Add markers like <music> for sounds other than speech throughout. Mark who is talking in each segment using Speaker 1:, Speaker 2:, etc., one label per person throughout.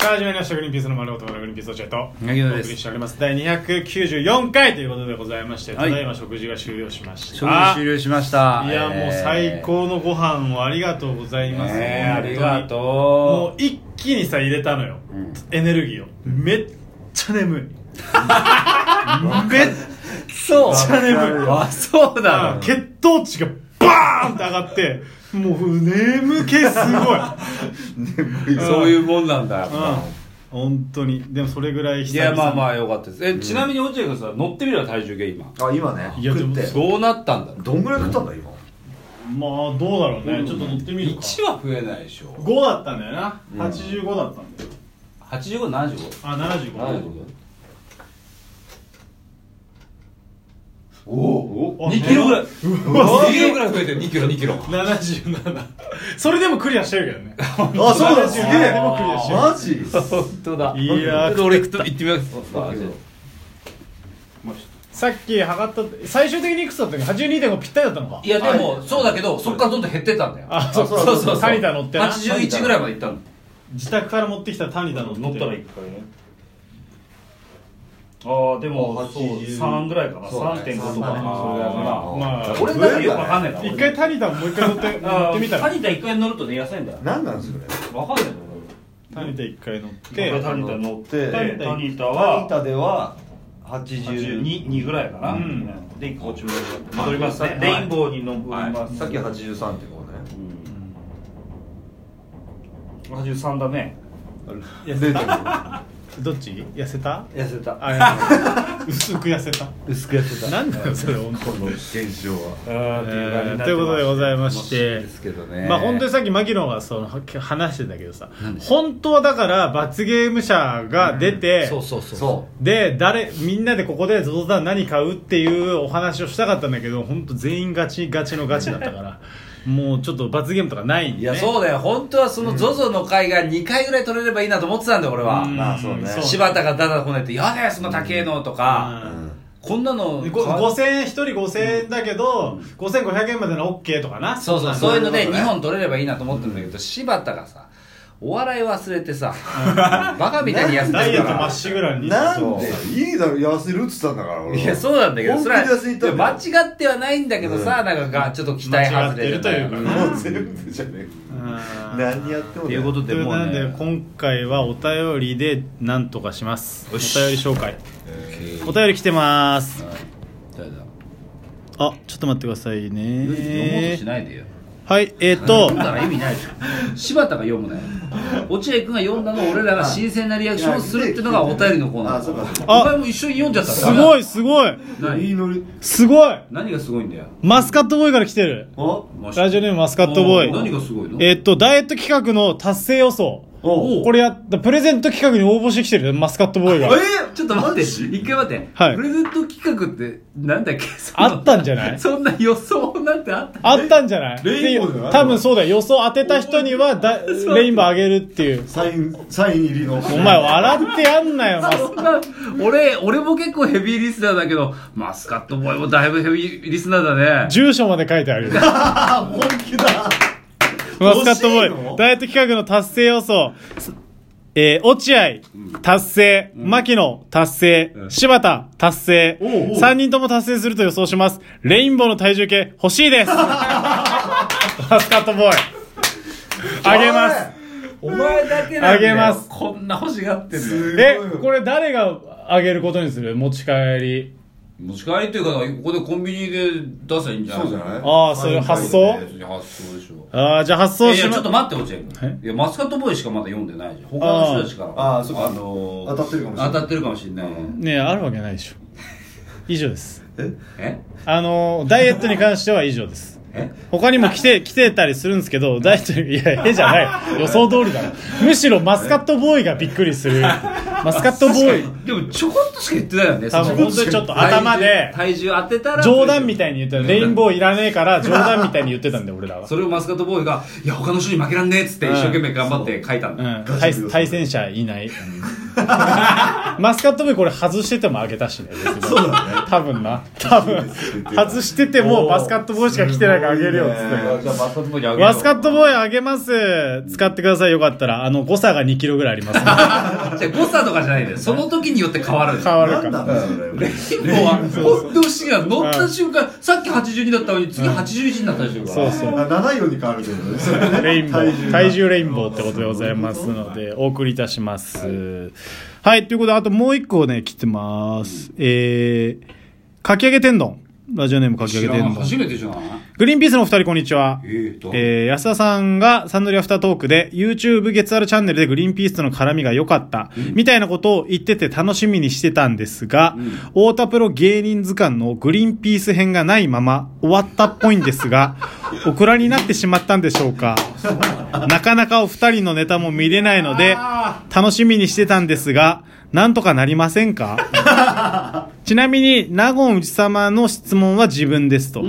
Speaker 1: さあ始まりました「グリーンピースの丸男のグリーンピース落合」と
Speaker 2: 八木野
Speaker 1: お
Speaker 2: で
Speaker 1: 送
Speaker 2: す
Speaker 1: りしております第294回ということでございまして、
Speaker 2: はい
Speaker 1: ただいま食事が終了しました
Speaker 2: 食事終了しました
Speaker 1: いや、もう最高のご飯をありがとうございます、
Speaker 2: ねえ
Speaker 1: 本当に
Speaker 2: ありがとう
Speaker 1: もう一気にさ入れたのよ、
Speaker 2: うん
Speaker 1: エネルギーをめっちゃ眠いめっ
Speaker 2: そう
Speaker 1: めっちゃ眠い
Speaker 2: あそうなの
Speaker 1: 血糖値がバーンって上がってもう眠気すごい
Speaker 2: そういうもんなんだや
Speaker 1: う
Speaker 2: っ
Speaker 1: ん
Speaker 2: ぱ
Speaker 1: 本当にでもそれぐらい
Speaker 2: い
Speaker 1: 久々
Speaker 2: や
Speaker 1: に
Speaker 2: まあまあよかったですえちなみに落合君さ乗ってみるわ体重計今
Speaker 3: あ今ね
Speaker 1: いやで
Speaker 3: 食
Speaker 1: も
Speaker 3: って
Speaker 2: どうなったんだろ
Speaker 3: どんぐらい食ったんだ今
Speaker 1: まあどうだろうね、ちょっと乗ってみるか
Speaker 2: 1は増えないでしょ
Speaker 1: 5だったんだよな、85だったんだよ
Speaker 2: 8575
Speaker 1: あ75
Speaker 2: おお
Speaker 1: あ
Speaker 2: 2キロぐらいう
Speaker 1: わ
Speaker 2: 2キロぐらい増えてる2キロ2キロ
Speaker 1: 77そ <laughs> れでもクリアしてるけど
Speaker 4: <laughs>
Speaker 1: ね
Speaker 3: あそうだすげえ
Speaker 1: でもクリアしてる
Speaker 3: マジ
Speaker 2: 本当だ
Speaker 1: いやー
Speaker 2: 俺行くと行ってみます
Speaker 3: だけど
Speaker 1: さっき測った最終的にいくつだったっけ82.5ぴったりだったのか
Speaker 2: いやでもそうだけどそっからどんどん減ってったんだよ
Speaker 1: あそう
Speaker 3: そうそうそう
Speaker 1: タニタ乗ってな
Speaker 2: 81ぐらいまで行ったの
Speaker 1: 自宅から持ってきたタニタ乗って
Speaker 4: 乗ったら一回ねああでもそう3ぐらいかな
Speaker 2: そうだね
Speaker 4: 3.5と
Speaker 3: そうだね
Speaker 4: か
Speaker 1: まあ
Speaker 4: それぐらいかな俺なんかよくわかんないな
Speaker 1: 一回タニタもう一回乗って乗
Speaker 4: <laughs> あ
Speaker 1: ってみた
Speaker 4: あタ
Speaker 1: ら
Speaker 4: ニタ一回乗るとね痩せんだよ
Speaker 3: 何なんそれ
Speaker 4: わかんないんだよ
Speaker 1: タニタ一回乗っ
Speaker 4: 俺
Speaker 1: て
Speaker 4: タニタ乗って
Speaker 3: タ
Speaker 1: ニタ
Speaker 4: タニタ
Speaker 3: タニ
Speaker 4: は
Speaker 3: タでは
Speaker 4: 82ぐらいかな、
Speaker 1: うん
Speaker 4: で一個落ち戻りだ戻りますね、レインボーに登ります、
Speaker 3: さっき
Speaker 4: う
Speaker 3: 83.5ね
Speaker 4: ん83だね
Speaker 3: 0.5
Speaker 1: どっち痩せ
Speaker 4: <laughs>
Speaker 1: た
Speaker 4: 痩せた
Speaker 1: あ <laughs> 痩せた薄く痩せた
Speaker 4: 薄く痩せ
Speaker 1: なんだよそれ本
Speaker 4: <laughs>
Speaker 1: 当に
Speaker 3: 減少は
Speaker 4: あーっていう感じになってま
Speaker 1: ということでございま
Speaker 2: 楽
Speaker 1: し
Speaker 2: しい
Speaker 1: て
Speaker 2: ですけどね
Speaker 1: まあ本当にさっき牧野がそのは話してたけどさ本当はだから罰ゲーム者が出て、
Speaker 2: そうそうそう
Speaker 3: そ
Speaker 1: で誰みんなでここでゾゾタン何買うっていうお話をしたかったんだけど本当全員ガチガチのガチだったから
Speaker 2: <laughs>
Speaker 1: もうちょっと罰ゲームとかないんで、ね、
Speaker 2: いやそうだよ本当はその ZOZO の回が2回ぐらい取れればいいなと思ってたんだよ俺は
Speaker 1: ん
Speaker 3: まあそうね
Speaker 1: そ
Speaker 2: 柴田がダダこねて「やだよその高えの」とか
Speaker 3: ううん
Speaker 2: こんなの
Speaker 1: でご5000円1人5000円だけど、5500円までの OK とかな
Speaker 2: そうそうそういうので
Speaker 1: ん
Speaker 2: 2本取れればいいなと思ってるんだけど柴田がさお笑い忘れてさバカみたいに痩せ
Speaker 1: ダイ
Speaker 2: て
Speaker 1: エッ
Speaker 2: る
Speaker 1: トま
Speaker 2: か
Speaker 1: っしぐらに
Speaker 3: なんでいいだろ痩せるっつったんだから
Speaker 2: ら
Speaker 3: 俺
Speaker 2: いやそうなんだけど
Speaker 3: 本
Speaker 2: そ
Speaker 3: 気
Speaker 2: れ
Speaker 3: で
Speaker 2: は
Speaker 3: 痩せに行ったんだよ
Speaker 2: いや間違ってはないんだけどさなんかがちょっと期待外
Speaker 1: 間
Speaker 2: れ
Speaker 1: 違ってるというかね
Speaker 3: もう全部じゃねえ
Speaker 1: うん
Speaker 3: 何やっても
Speaker 2: と
Speaker 3: ね
Speaker 2: いうこと
Speaker 1: と
Speaker 2: で
Speaker 1: いう
Speaker 2: も
Speaker 1: こ
Speaker 2: う
Speaker 1: とで
Speaker 2: ね
Speaker 1: なんで今回はお便りでなんとかしますお便
Speaker 2: よ
Speaker 1: り
Speaker 2: し
Speaker 1: 紹介
Speaker 2: えー
Speaker 1: お便り来てます
Speaker 2: 誰だ
Speaker 1: あちょっと待ってください
Speaker 2: 読もうと
Speaker 1: ね
Speaker 2: しないでよ
Speaker 1: はいえっと
Speaker 2: 読ん <laughs> だら意味ないでしょ柴田が読むね落合君が読んだのを俺らが新鮮なリアクションをするっていうのがお便りのコーナ
Speaker 3: あそうか
Speaker 2: ー
Speaker 1: あ
Speaker 2: お前も一緒に読んじゃった
Speaker 1: すご
Speaker 2: い
Speaker 1: いすごい
Speaker 3: いいノリ
Speaker 1: すごい
Speaker 2: 何がすごいんだよ
Speaker 1: マスカットボーイから来てる
Speaker 3: お
Speaker 1: ラジオネームマスカットボーイ
Speaker 2: 何がすごいの
Speaker 1: えっとダイエット企画の達成予想
Speaker 2: おう
Speaker 1: これやったプレゼント企画に応募してきてるマスカットボーイが
Speaker 2: えちょっと待って一回待って、
Speaker 1: はい
Speaker 2: プレゼント企画ってなんだっけその
Speaker 1: あったんじゃない
Speaker 2: そんな予想なんてあった
Speaker 1: あったんじゃない
Speaker 3: レインボーじゃない
Speaker 1: で多分そうだよ予想当てた人にはだレインボーあげるっていう
Speaker 3: サインサイン入りのお
Speaker 1: お前笑ってやんなよマス
Speaker 2: そんな <laughs> 俺俺も結構ヘビーリスナーだけどマスカットボーイもだいぶヘビーリスナーだね
Speaker 1: 住所まで書いてあるよ
Speaker 2: <laughs>
Speaker 3: あ本気だ
Speaker 1: マスカットボ
Speaker 3: 欲しい
Speaker 1: ーイ
Speaker 3: の
Speaker 1: ダイエット企画の達成予想すえー落合達成、牧野達成、
Speaker 2: ん
Speaker 1: 柴田達成、
Speaker 3: おうおう
Speaker 1: 3人とも達成すると予想しますレインボーの体重計欲しい
Speaker 2: <laughs>
Speaker 1: ですマスカットボーイあげます
Speaker 2: お前だけ
Speaker 1: あげます
Speaker 2: こんな欲しがってん
Speaker 3: すごい
Speaker 1: えこれ誰があげることにする持ち帰り
Speaker 2: 持ち帰りというかここでコンビニで出せばいいんじゃない
Speaker 3: そうじゃない
Speaker 1: あーそれ発想
Speaker 3: サイン書いて
Speaker 2: 別に発想でしょ
Speaker 1: ああじゃあ発
Speaker 2: い
Speaker 1: 送
Speaker 2: やい
Speaker 1: し
Speaker 2: や
Speaker 1: ま
Speaker 2: ちょっと待って落合
Speaker 1: え
Speaker 2: 君いやマスカットボーイしかまだ読んでないじゃん他の人たちから
Speaker 3: あーそうか
Speaker 2: の
Speaker 3: 当たってるかもしれない
Speaker 2: 当たってるかもしれないね
Speaker 1: ねえあるわけないでしょ以上です
Speaker 2: え
Speaker 1: あのダイエットに関しては以上です
Speaker 2: え
Speaker 1: 他にも来 <laughs> て来てたりするんですけどダイエットにいや絵じゃない予想通りだなむしろマスカットボーイがびっくりす <laughs> るマスカットボーイ
Speaker 2: でもちょこっとしか言ってないよね
Speaker 1: 多分
Speaker 2: その
Speaker 1: 本当にちょっと頭で
Speaker 2: 体重体重当てたら
Speaker 1: 冗談みたいに言ってたレインボーいらねえから冗談みたいに言ってたんで俺らは、
Speaker 2: それをマスカットボーイが「いや他の人に負けらんねえ」っつって一生懸命頑張って書いたん
Speaker 1: う
Speaker 2: だ
Speaker 1: <laughs> ん、対対戦者いないマスカット部これ外しててもあげたしねそうだね多分な多分外しててもマスカットボーイしか来てないからあげるよっつって
Speaker 4: あじゃあマスカットボーイにあげよう
Speaker 1: マスカットボーイあげます使ってくださいよかったらあの誤差が2キロぐらいあります、
Speaker 2: じゃあ誤差とかじゃないでその時によって変わるんです
Speaker 1: 変
Speaker 2: よ
Speaker 1: わる
Speaker 3: な
Speaker 1: か
Speaker 3: んだ
Speaker 1: ら
Speaker 3: ろうそれ
Speaker 2: もうは本当不思議な乗った瞬間さっき82だったのに次81になったでし
Speaker 1: <laughs>
Speaker 2: ょ
Speaker 1: そうそう
Speaker 3: <laughs> あ74に変わるけどねそれね
Speaker 1: レインボ
Speaker 3: 体
Speaker 1: ー
Speaker 3: 重が
Speaker 1: 体重レインボーってことでございますのでお送りいたしますはい、ということであともう一個ね来てます、えー、かき揚げ天丼ラジオネームかき揚
Speaker 2: 知
Speaker 1: げ
Speaker 2: らない
Speaker 1: 天丼
Speaker 2: 初めてじゃない
Speaker 1: グリーンピースのお二人こんにちは
Speaker 2: え
Speaker 1: <laughs>
Speaker 2: ーと
Speaker 1: えー安田さんがサンドリアフタートークで YouTube 月あるチャンネルでグリーンピースとの絡みが良かった、みたいなことを言ってて楽しみにしてたんですが、太田プロ芸人図鑑のグリーンピース編がないまま終わったっぽいんですが、オクラになってしまったんでしょうか。なかなかお二人のネタも見れないので、楽しみにしてたんですが、なんとかなりませんかちなみに、納言内様の質問は自分ですと。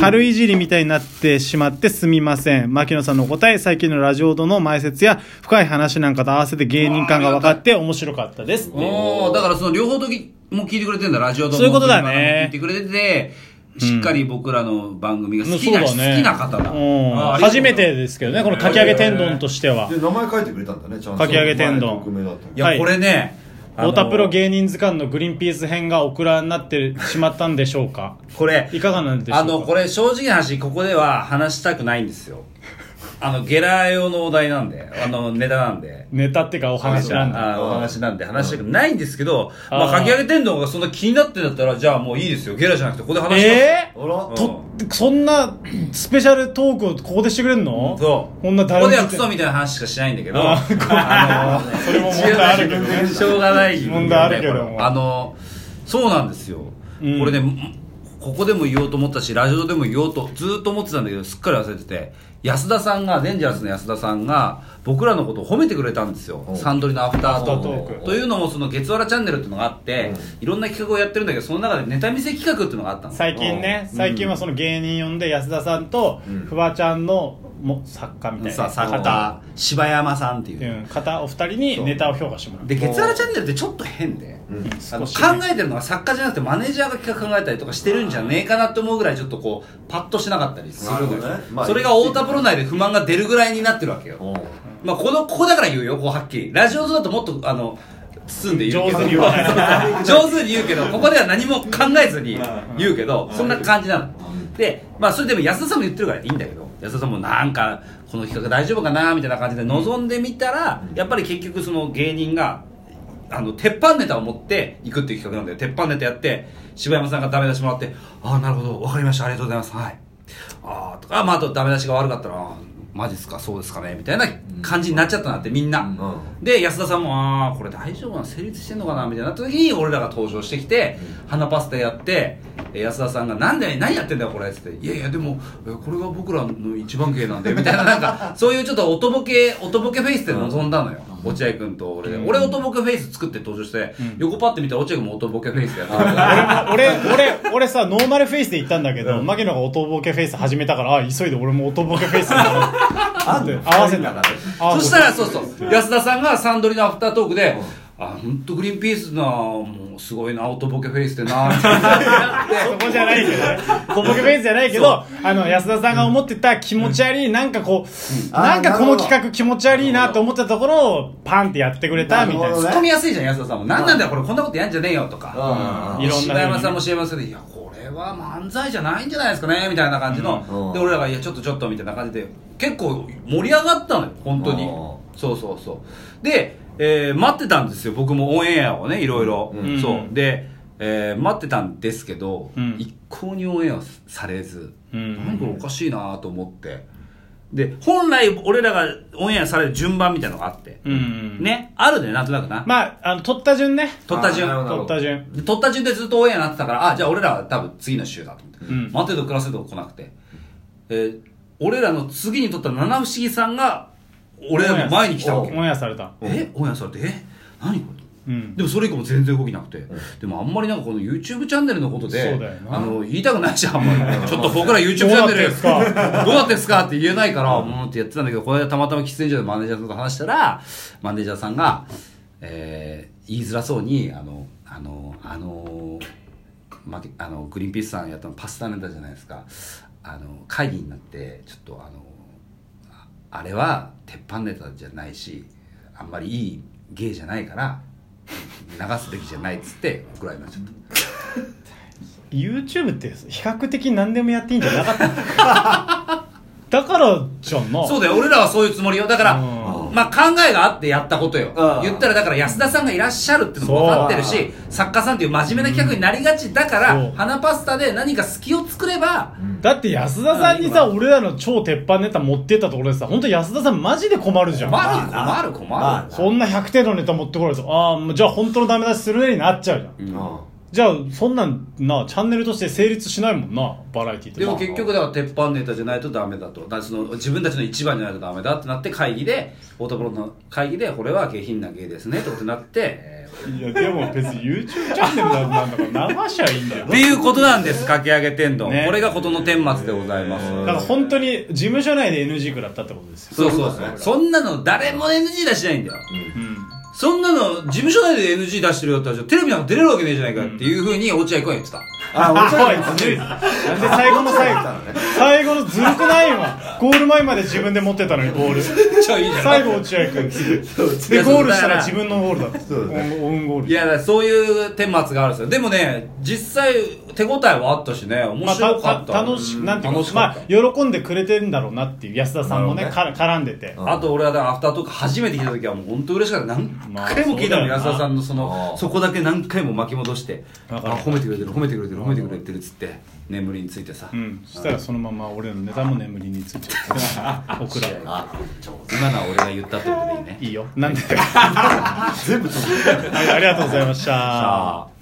Speaker 1: 軽いじりみたいになってしまってすみません。牧野さんのお答え、最近のラジオドの前説や深い話なんかと合わせて芸人感が分かって面白かったです。
Speaker 2: おーだからその両方時も聞いてくれてんだラジオと
Speaker 1: そういうことだね
Speaker 2: 聞いてくれててしっかり僕らの番組が好きな、
Speaker 1: うん
Speaker 2: 好
Speaker 1: そうだね
Speaker 2: きな方だ、
Speaker 1: うん
Speaker 2: あありがと
Speaker 1: 初
Speaker 2: う
Speaker 1: めてですけどね、このかき揚げ天丼としては
Speaker 3: で。名前書いてくれたんだねちゃんと
Speaker 1: かき揚げ天丼
Speaker 3: 匿名だった
Speaker 2: いや、
Speaker 1: はい
Speaker 2: これねあの
Speaker 1: 太田プロ芸人図鑑のグリーンピース編がオクラになってしまったんでしょうか
Speaker 2: これ
Speaker 1: いかがなんでしょうか
Speaker 2: あのこれ正直な話ここでは話したくないんですよあのゲラ用のお題なんであのネタなんで
Speaker 1: ネタってかお話なんだ。
Speaker 2: あお話なんで話したくないんですけど、まあ、
Speaker 1: あー
Speaker 2: かき揚げ天丼がそんな気になってんだったらじゃあもういいですよゲラじゃなくてここで話します
Speaker 1: え
Speaker 3: あら
Speaker 1: ーと、そんなスペシャルトークをここでしてくれんの
Speaker 2: そう。
Speaker 1: こんな誰も
Speaker 2: ここでは
Speaker 1: 聞
Speaker 2: ク
Speaker 1: いて
Speaker 2: ソみたいな話しかしないんだけど、
Speaker 1: あ
Speaker 2: あの、
Speaker 1: それも問題あるけどね
Speaker 2: しょうがない、
Speaker 1: 問題あるけども
Speaker 2: あの、そうなんですよ。
Speaker 1: うん
Speaker 2: これね、ここでも言おうと思ったし、ラジオでも言おうと、ずーっと思ってたんだけど、すっかり忘れてて、安田さんが、デンジャースの安田さんが、僕らのことを褒めてくれたんですよ。
Speaker 3: お
Speaker 2: サンドリのアフタートークで
Speaker 1: アフタートーク
Speaker 2: というのも、その、月わらチャンネルっていうのがあって、いろんな企画をやってるんだけど、その中でネタ見せ企画っていうのがあったの。
Speaker 1: 最近ね最近はその芸人呼んで安田さんと
Speaker 3: うん
Speaker 1: フワちゃんのも作家みたい
Speaker 2: さ
Speaker 1: な
Speaker 2: あ、作
Speaker 1: 方
Speaker 2: 家、柴山さんっていう。
Speaker 1: うん方お二人にネタを評価してもらう
Speaker 2: で「月原チャンネル」ってちょっと変で、
Speaker 3: うん
Speaker 2: あ
Speaker 1: 少
Speaker 2: の考
Speaker 1: しね
Speaker 2: えてるのが作家じゃなくてマネージャーが企画考えたりとかしてるんじゃねえかなって思うぐらいちょっとこうパッとしなかったりするのよ
Speaker 3: なるほどねまあ
Speaker 2: それが太田プロ内で不満が出るぐらいになってるわけよ、
Speaker 3: おう
Speaker 2: まあ、このここだから言うよこうはっきりラジオ上だともっとあの包んで言うけど
Speaker 1: 上手に言わない
Speaker 2: <laughs> 上手に言うけどここでは何も考えずに言うけどそんな感じなのでまあそれでも安田さんも言ってるからいいんだけど安田さんもなんかこの企画大丈夫かなみたいな感じで望んでみたらやっぱり結局その芸人があの鉄板ネタを持っていくっていう企画なんだよ鉄板ネタやって柴山さんがダメ出しもらって「ああなるほどわかりましたありがとうございますはい」ああとかあまああとダメ出しが悪かったらあー「マジっすかそうですかね」みたいな感じになっちゃったなってみんな、
Speaker 3: う
Speaker 2: で安田さんも「ああこれ大丈夫なの成立してんのかな」みたいになった時に俺らが登場してきて花パスタやってえ安田さんが「なんで何やってんだよこれ」っつって「いやいやでもえこれが僕らの一番芸なんで」みたいななん <laughs> かそういうちょっとおとぼけおとぼけフェイスで臨んだのよ落合君と俺で俺おとぼけフェイス作って登場して横パッて見たら落合君もおとぼけフェイスでやってた
Speaker 1: 俺も俺俺俺さノーマルフェイスで行ったんだけど牧野がおとぼけフェイス始めたからあ急いで俺もおとぼけフェイスになろうって合わせた合
Speaker 2: <laughs> そ
Speaker 1: わせ
Speaker 2: したらそうそう安田さんがサンドリのアフタートークで「あ本当グリーンピースなもうすごいなおとぼけフェイスでな」って <laughs>
Speaker 1: そこじゃないけどね小ボケベースじゃないけどあの安田さんが思ってた気持ち悪いなんかこうなんかこの企画気持ち悪いなと思ってたところをパンってやってくれたみた
Speaker 3: ないる
Speaker 1: な
Speaker 3: ほど
Speaker 2: 突っ込みやすいじゃん安田さんも「何なんだよこれこんなことやんじゃねえよ」とか
Speaker 3: うん
Speaker 1: いろんな風に
Speaker 2: 柴山さんも柴山さんで「いやこれは漫才じゃないんじゃないですかね」みたいな感じ
Speaker 3: う
Speaker 2: の
Speaker 3: ん
Speaker 2: で俺らが「いやちょっとちょっと」みたいな感じで結構盛り上がったのよ本当に
Speaker 3: うん
Speaker 2: そうそうそうで、えー待ってたんですよ僕もオンエアをねいろいろ
Speaker 1: うん
Speaker 2: そうで、えー待ってたんですけど
Speaker 1: うん
Speaker 2: 一向にオンエアされず
Speaker 1: うん
Speaker 2: 何これおかしいなと思ってで本来俺らがオンエアされる順番みたいなのがあって
Speaker 1: うん
Speaker 2: ねあるねなんとなくな
Speaker 1: まああの取った順ね
Speaker 2: 撮った
Speaker 3: あなる
Speaker 2: 順
Speaker 3: ほど
Speaker 1: 取った順
Speaker 2: で撮った順でずっとオンエアになってたからあじゃあ俺らは多分次の週だと思って、
Speaker 1: うん
Speaker 2: 待ってると暮らせと来なくて、えー俺らの次に撮った七不思議さんが俺らの前に来たわけ
Speaker 1: オンエアされた
Speaker 2: えオンエアされてえ何これ
Speaker 1: うん
Speaker 2: でもそれ以降も全然動きなくて、でもあんまりなんかこの YouTube チャンネルのこと
Speaker 1: そ
Speaker 2: で
Speaker 1: うだよな
Speaker 2: あの言いたくないじゃんあんまりちょっと僕ら YouTube チャンネ
Speaker 1: どうなってん
Speaker 2: ル
Speaker 1: すか
Speaker 2: どうなってんすかって言えないからうんってやってたんだけどこの間たまたま喫煙所でマネージャーさんと話したらマネージャーさんがえー言いづらそうにあのあのあのまあのグリーンピースさんやったのパスタネタじゃないですかあの会議になってちょっとあのああれは鉄板ネタじゃないしあんまりいい芸じゃないから流すべきじゃないっつって怒られました
Speaker 1: YouTube って比較的何でもやっていいんじゃなかった
Speaker 2: <laughs>
Speaker 1: だからじゃんな
Speaker 2: そうだよ俺らはそういうつもりよだから
Speaker 1: う
Speaker 2: まあ考えがあってやったことよ
Speaker 4: うん
Speaker 2: 言ったらだから安田さんがいらっしゃるっていうのも分かってるし作家さんっていう真面目な企画になりがちだか
Speaker 1: うんそ
Speaker 2: ら
Speaker 1: う
Speaker 2: 花パスタで何か隙を作れば
Speaker 1: だって安田さんにさ俺らの超鉄板ネタ持ってったところでさ本当安田さんマジで困るじゃん
Speaker 2: 困る困る
Speaker 3: まあ
Speaker 2: 困
Speaker 3: な
Speaker 1: そんな100点のネタ持ってこられてさああじゃあ本当のダメ出しするねになっちゃうじゃん
Speaker 2: るうん
Speaker 1: じゃあそんなんなチャンネルとして成立しないもんなバラエティーって
Speaker 2: でも結局だから鉄板ネタじゃないとダメだとだからその自分たちの一番じゃないとダメだってなって会議で太田プロの会議でこれは下品な芸ですねってことになって、えー
Speaker 1: いやでも別に YouTube チャンネルなんだから流しゃいいんだよ
Speaker 2: っていうことなんですかき上げ天丼、
Speaker 1: ね
Speaker 2: これが事の顛末でございます、
Speaker 1: だから本当に事務所内で NG 食らったってことですよ、
Speaker 2: そうそうそうそんなの誰も NG 出しないんだよ、そんなの事務所内で NG 出してるよったらテレビなんか出れるわけねえじゃないかっていうふうに落合君は言ってた、
Speaker 3: あ、俺
Speaker 1: おいずるいぞなんで最後の最後最後のずるくないわゴール前まで自分で持ってたのにゴール
Speaker 2: じゃあいいじゃん
Speaker 1: <laughs> 最後落合君でゴールしたら自分のゴールだったオウンゴール
Speaker 2: いやだからそういう顛末があるんですよでもね実際手応えはあったしね面
Speaker 1: まあ、
Speaker 2: 白か
Speaker 1: た
Speaker 2: った、
Speaker 1: た楽し
Speaker 2: うん
Speaker 1: なんていう
Speaker 2: 楽
Speaker 1: か
Speaker 2: し
Speaker 1: ま
Speaker 2: かっ
Speaker 1: あ
Speaker 2: た、
Speaker 1: 喜んでくれてんだろうなっていう安田さんもね
Speaker 3: なるほ
Speaker 1: から絡んでて、
Speaker 2: あと俺はだからアフタートーク初めて聞いた時はもう本当嬉しかった何回も聞いたの、
Speaker 1: まあ
Speaker 2: 安田さんのそ
Speaker 3: あ
Speaker 2: の
Speaker 3: ー
Speaker 2: そこだけ何回も巻き戻してあ
Speaker 1: わかる
Speaker 2: 褒めてくれてる褒めてくれてる褒めてくれてるっつって眠りについてさ、
Speaker 1: うん、そしたらそのまま俺のネタも眠りについて送られた
Speaker 2: <laughs> あ今のは俺が言ったってことでいいね
Speaker 1: いいよなんで
Speaker 3: 全部飛ぶ。
Speaker 1: はいありがとうございました
Speaker 2: ああ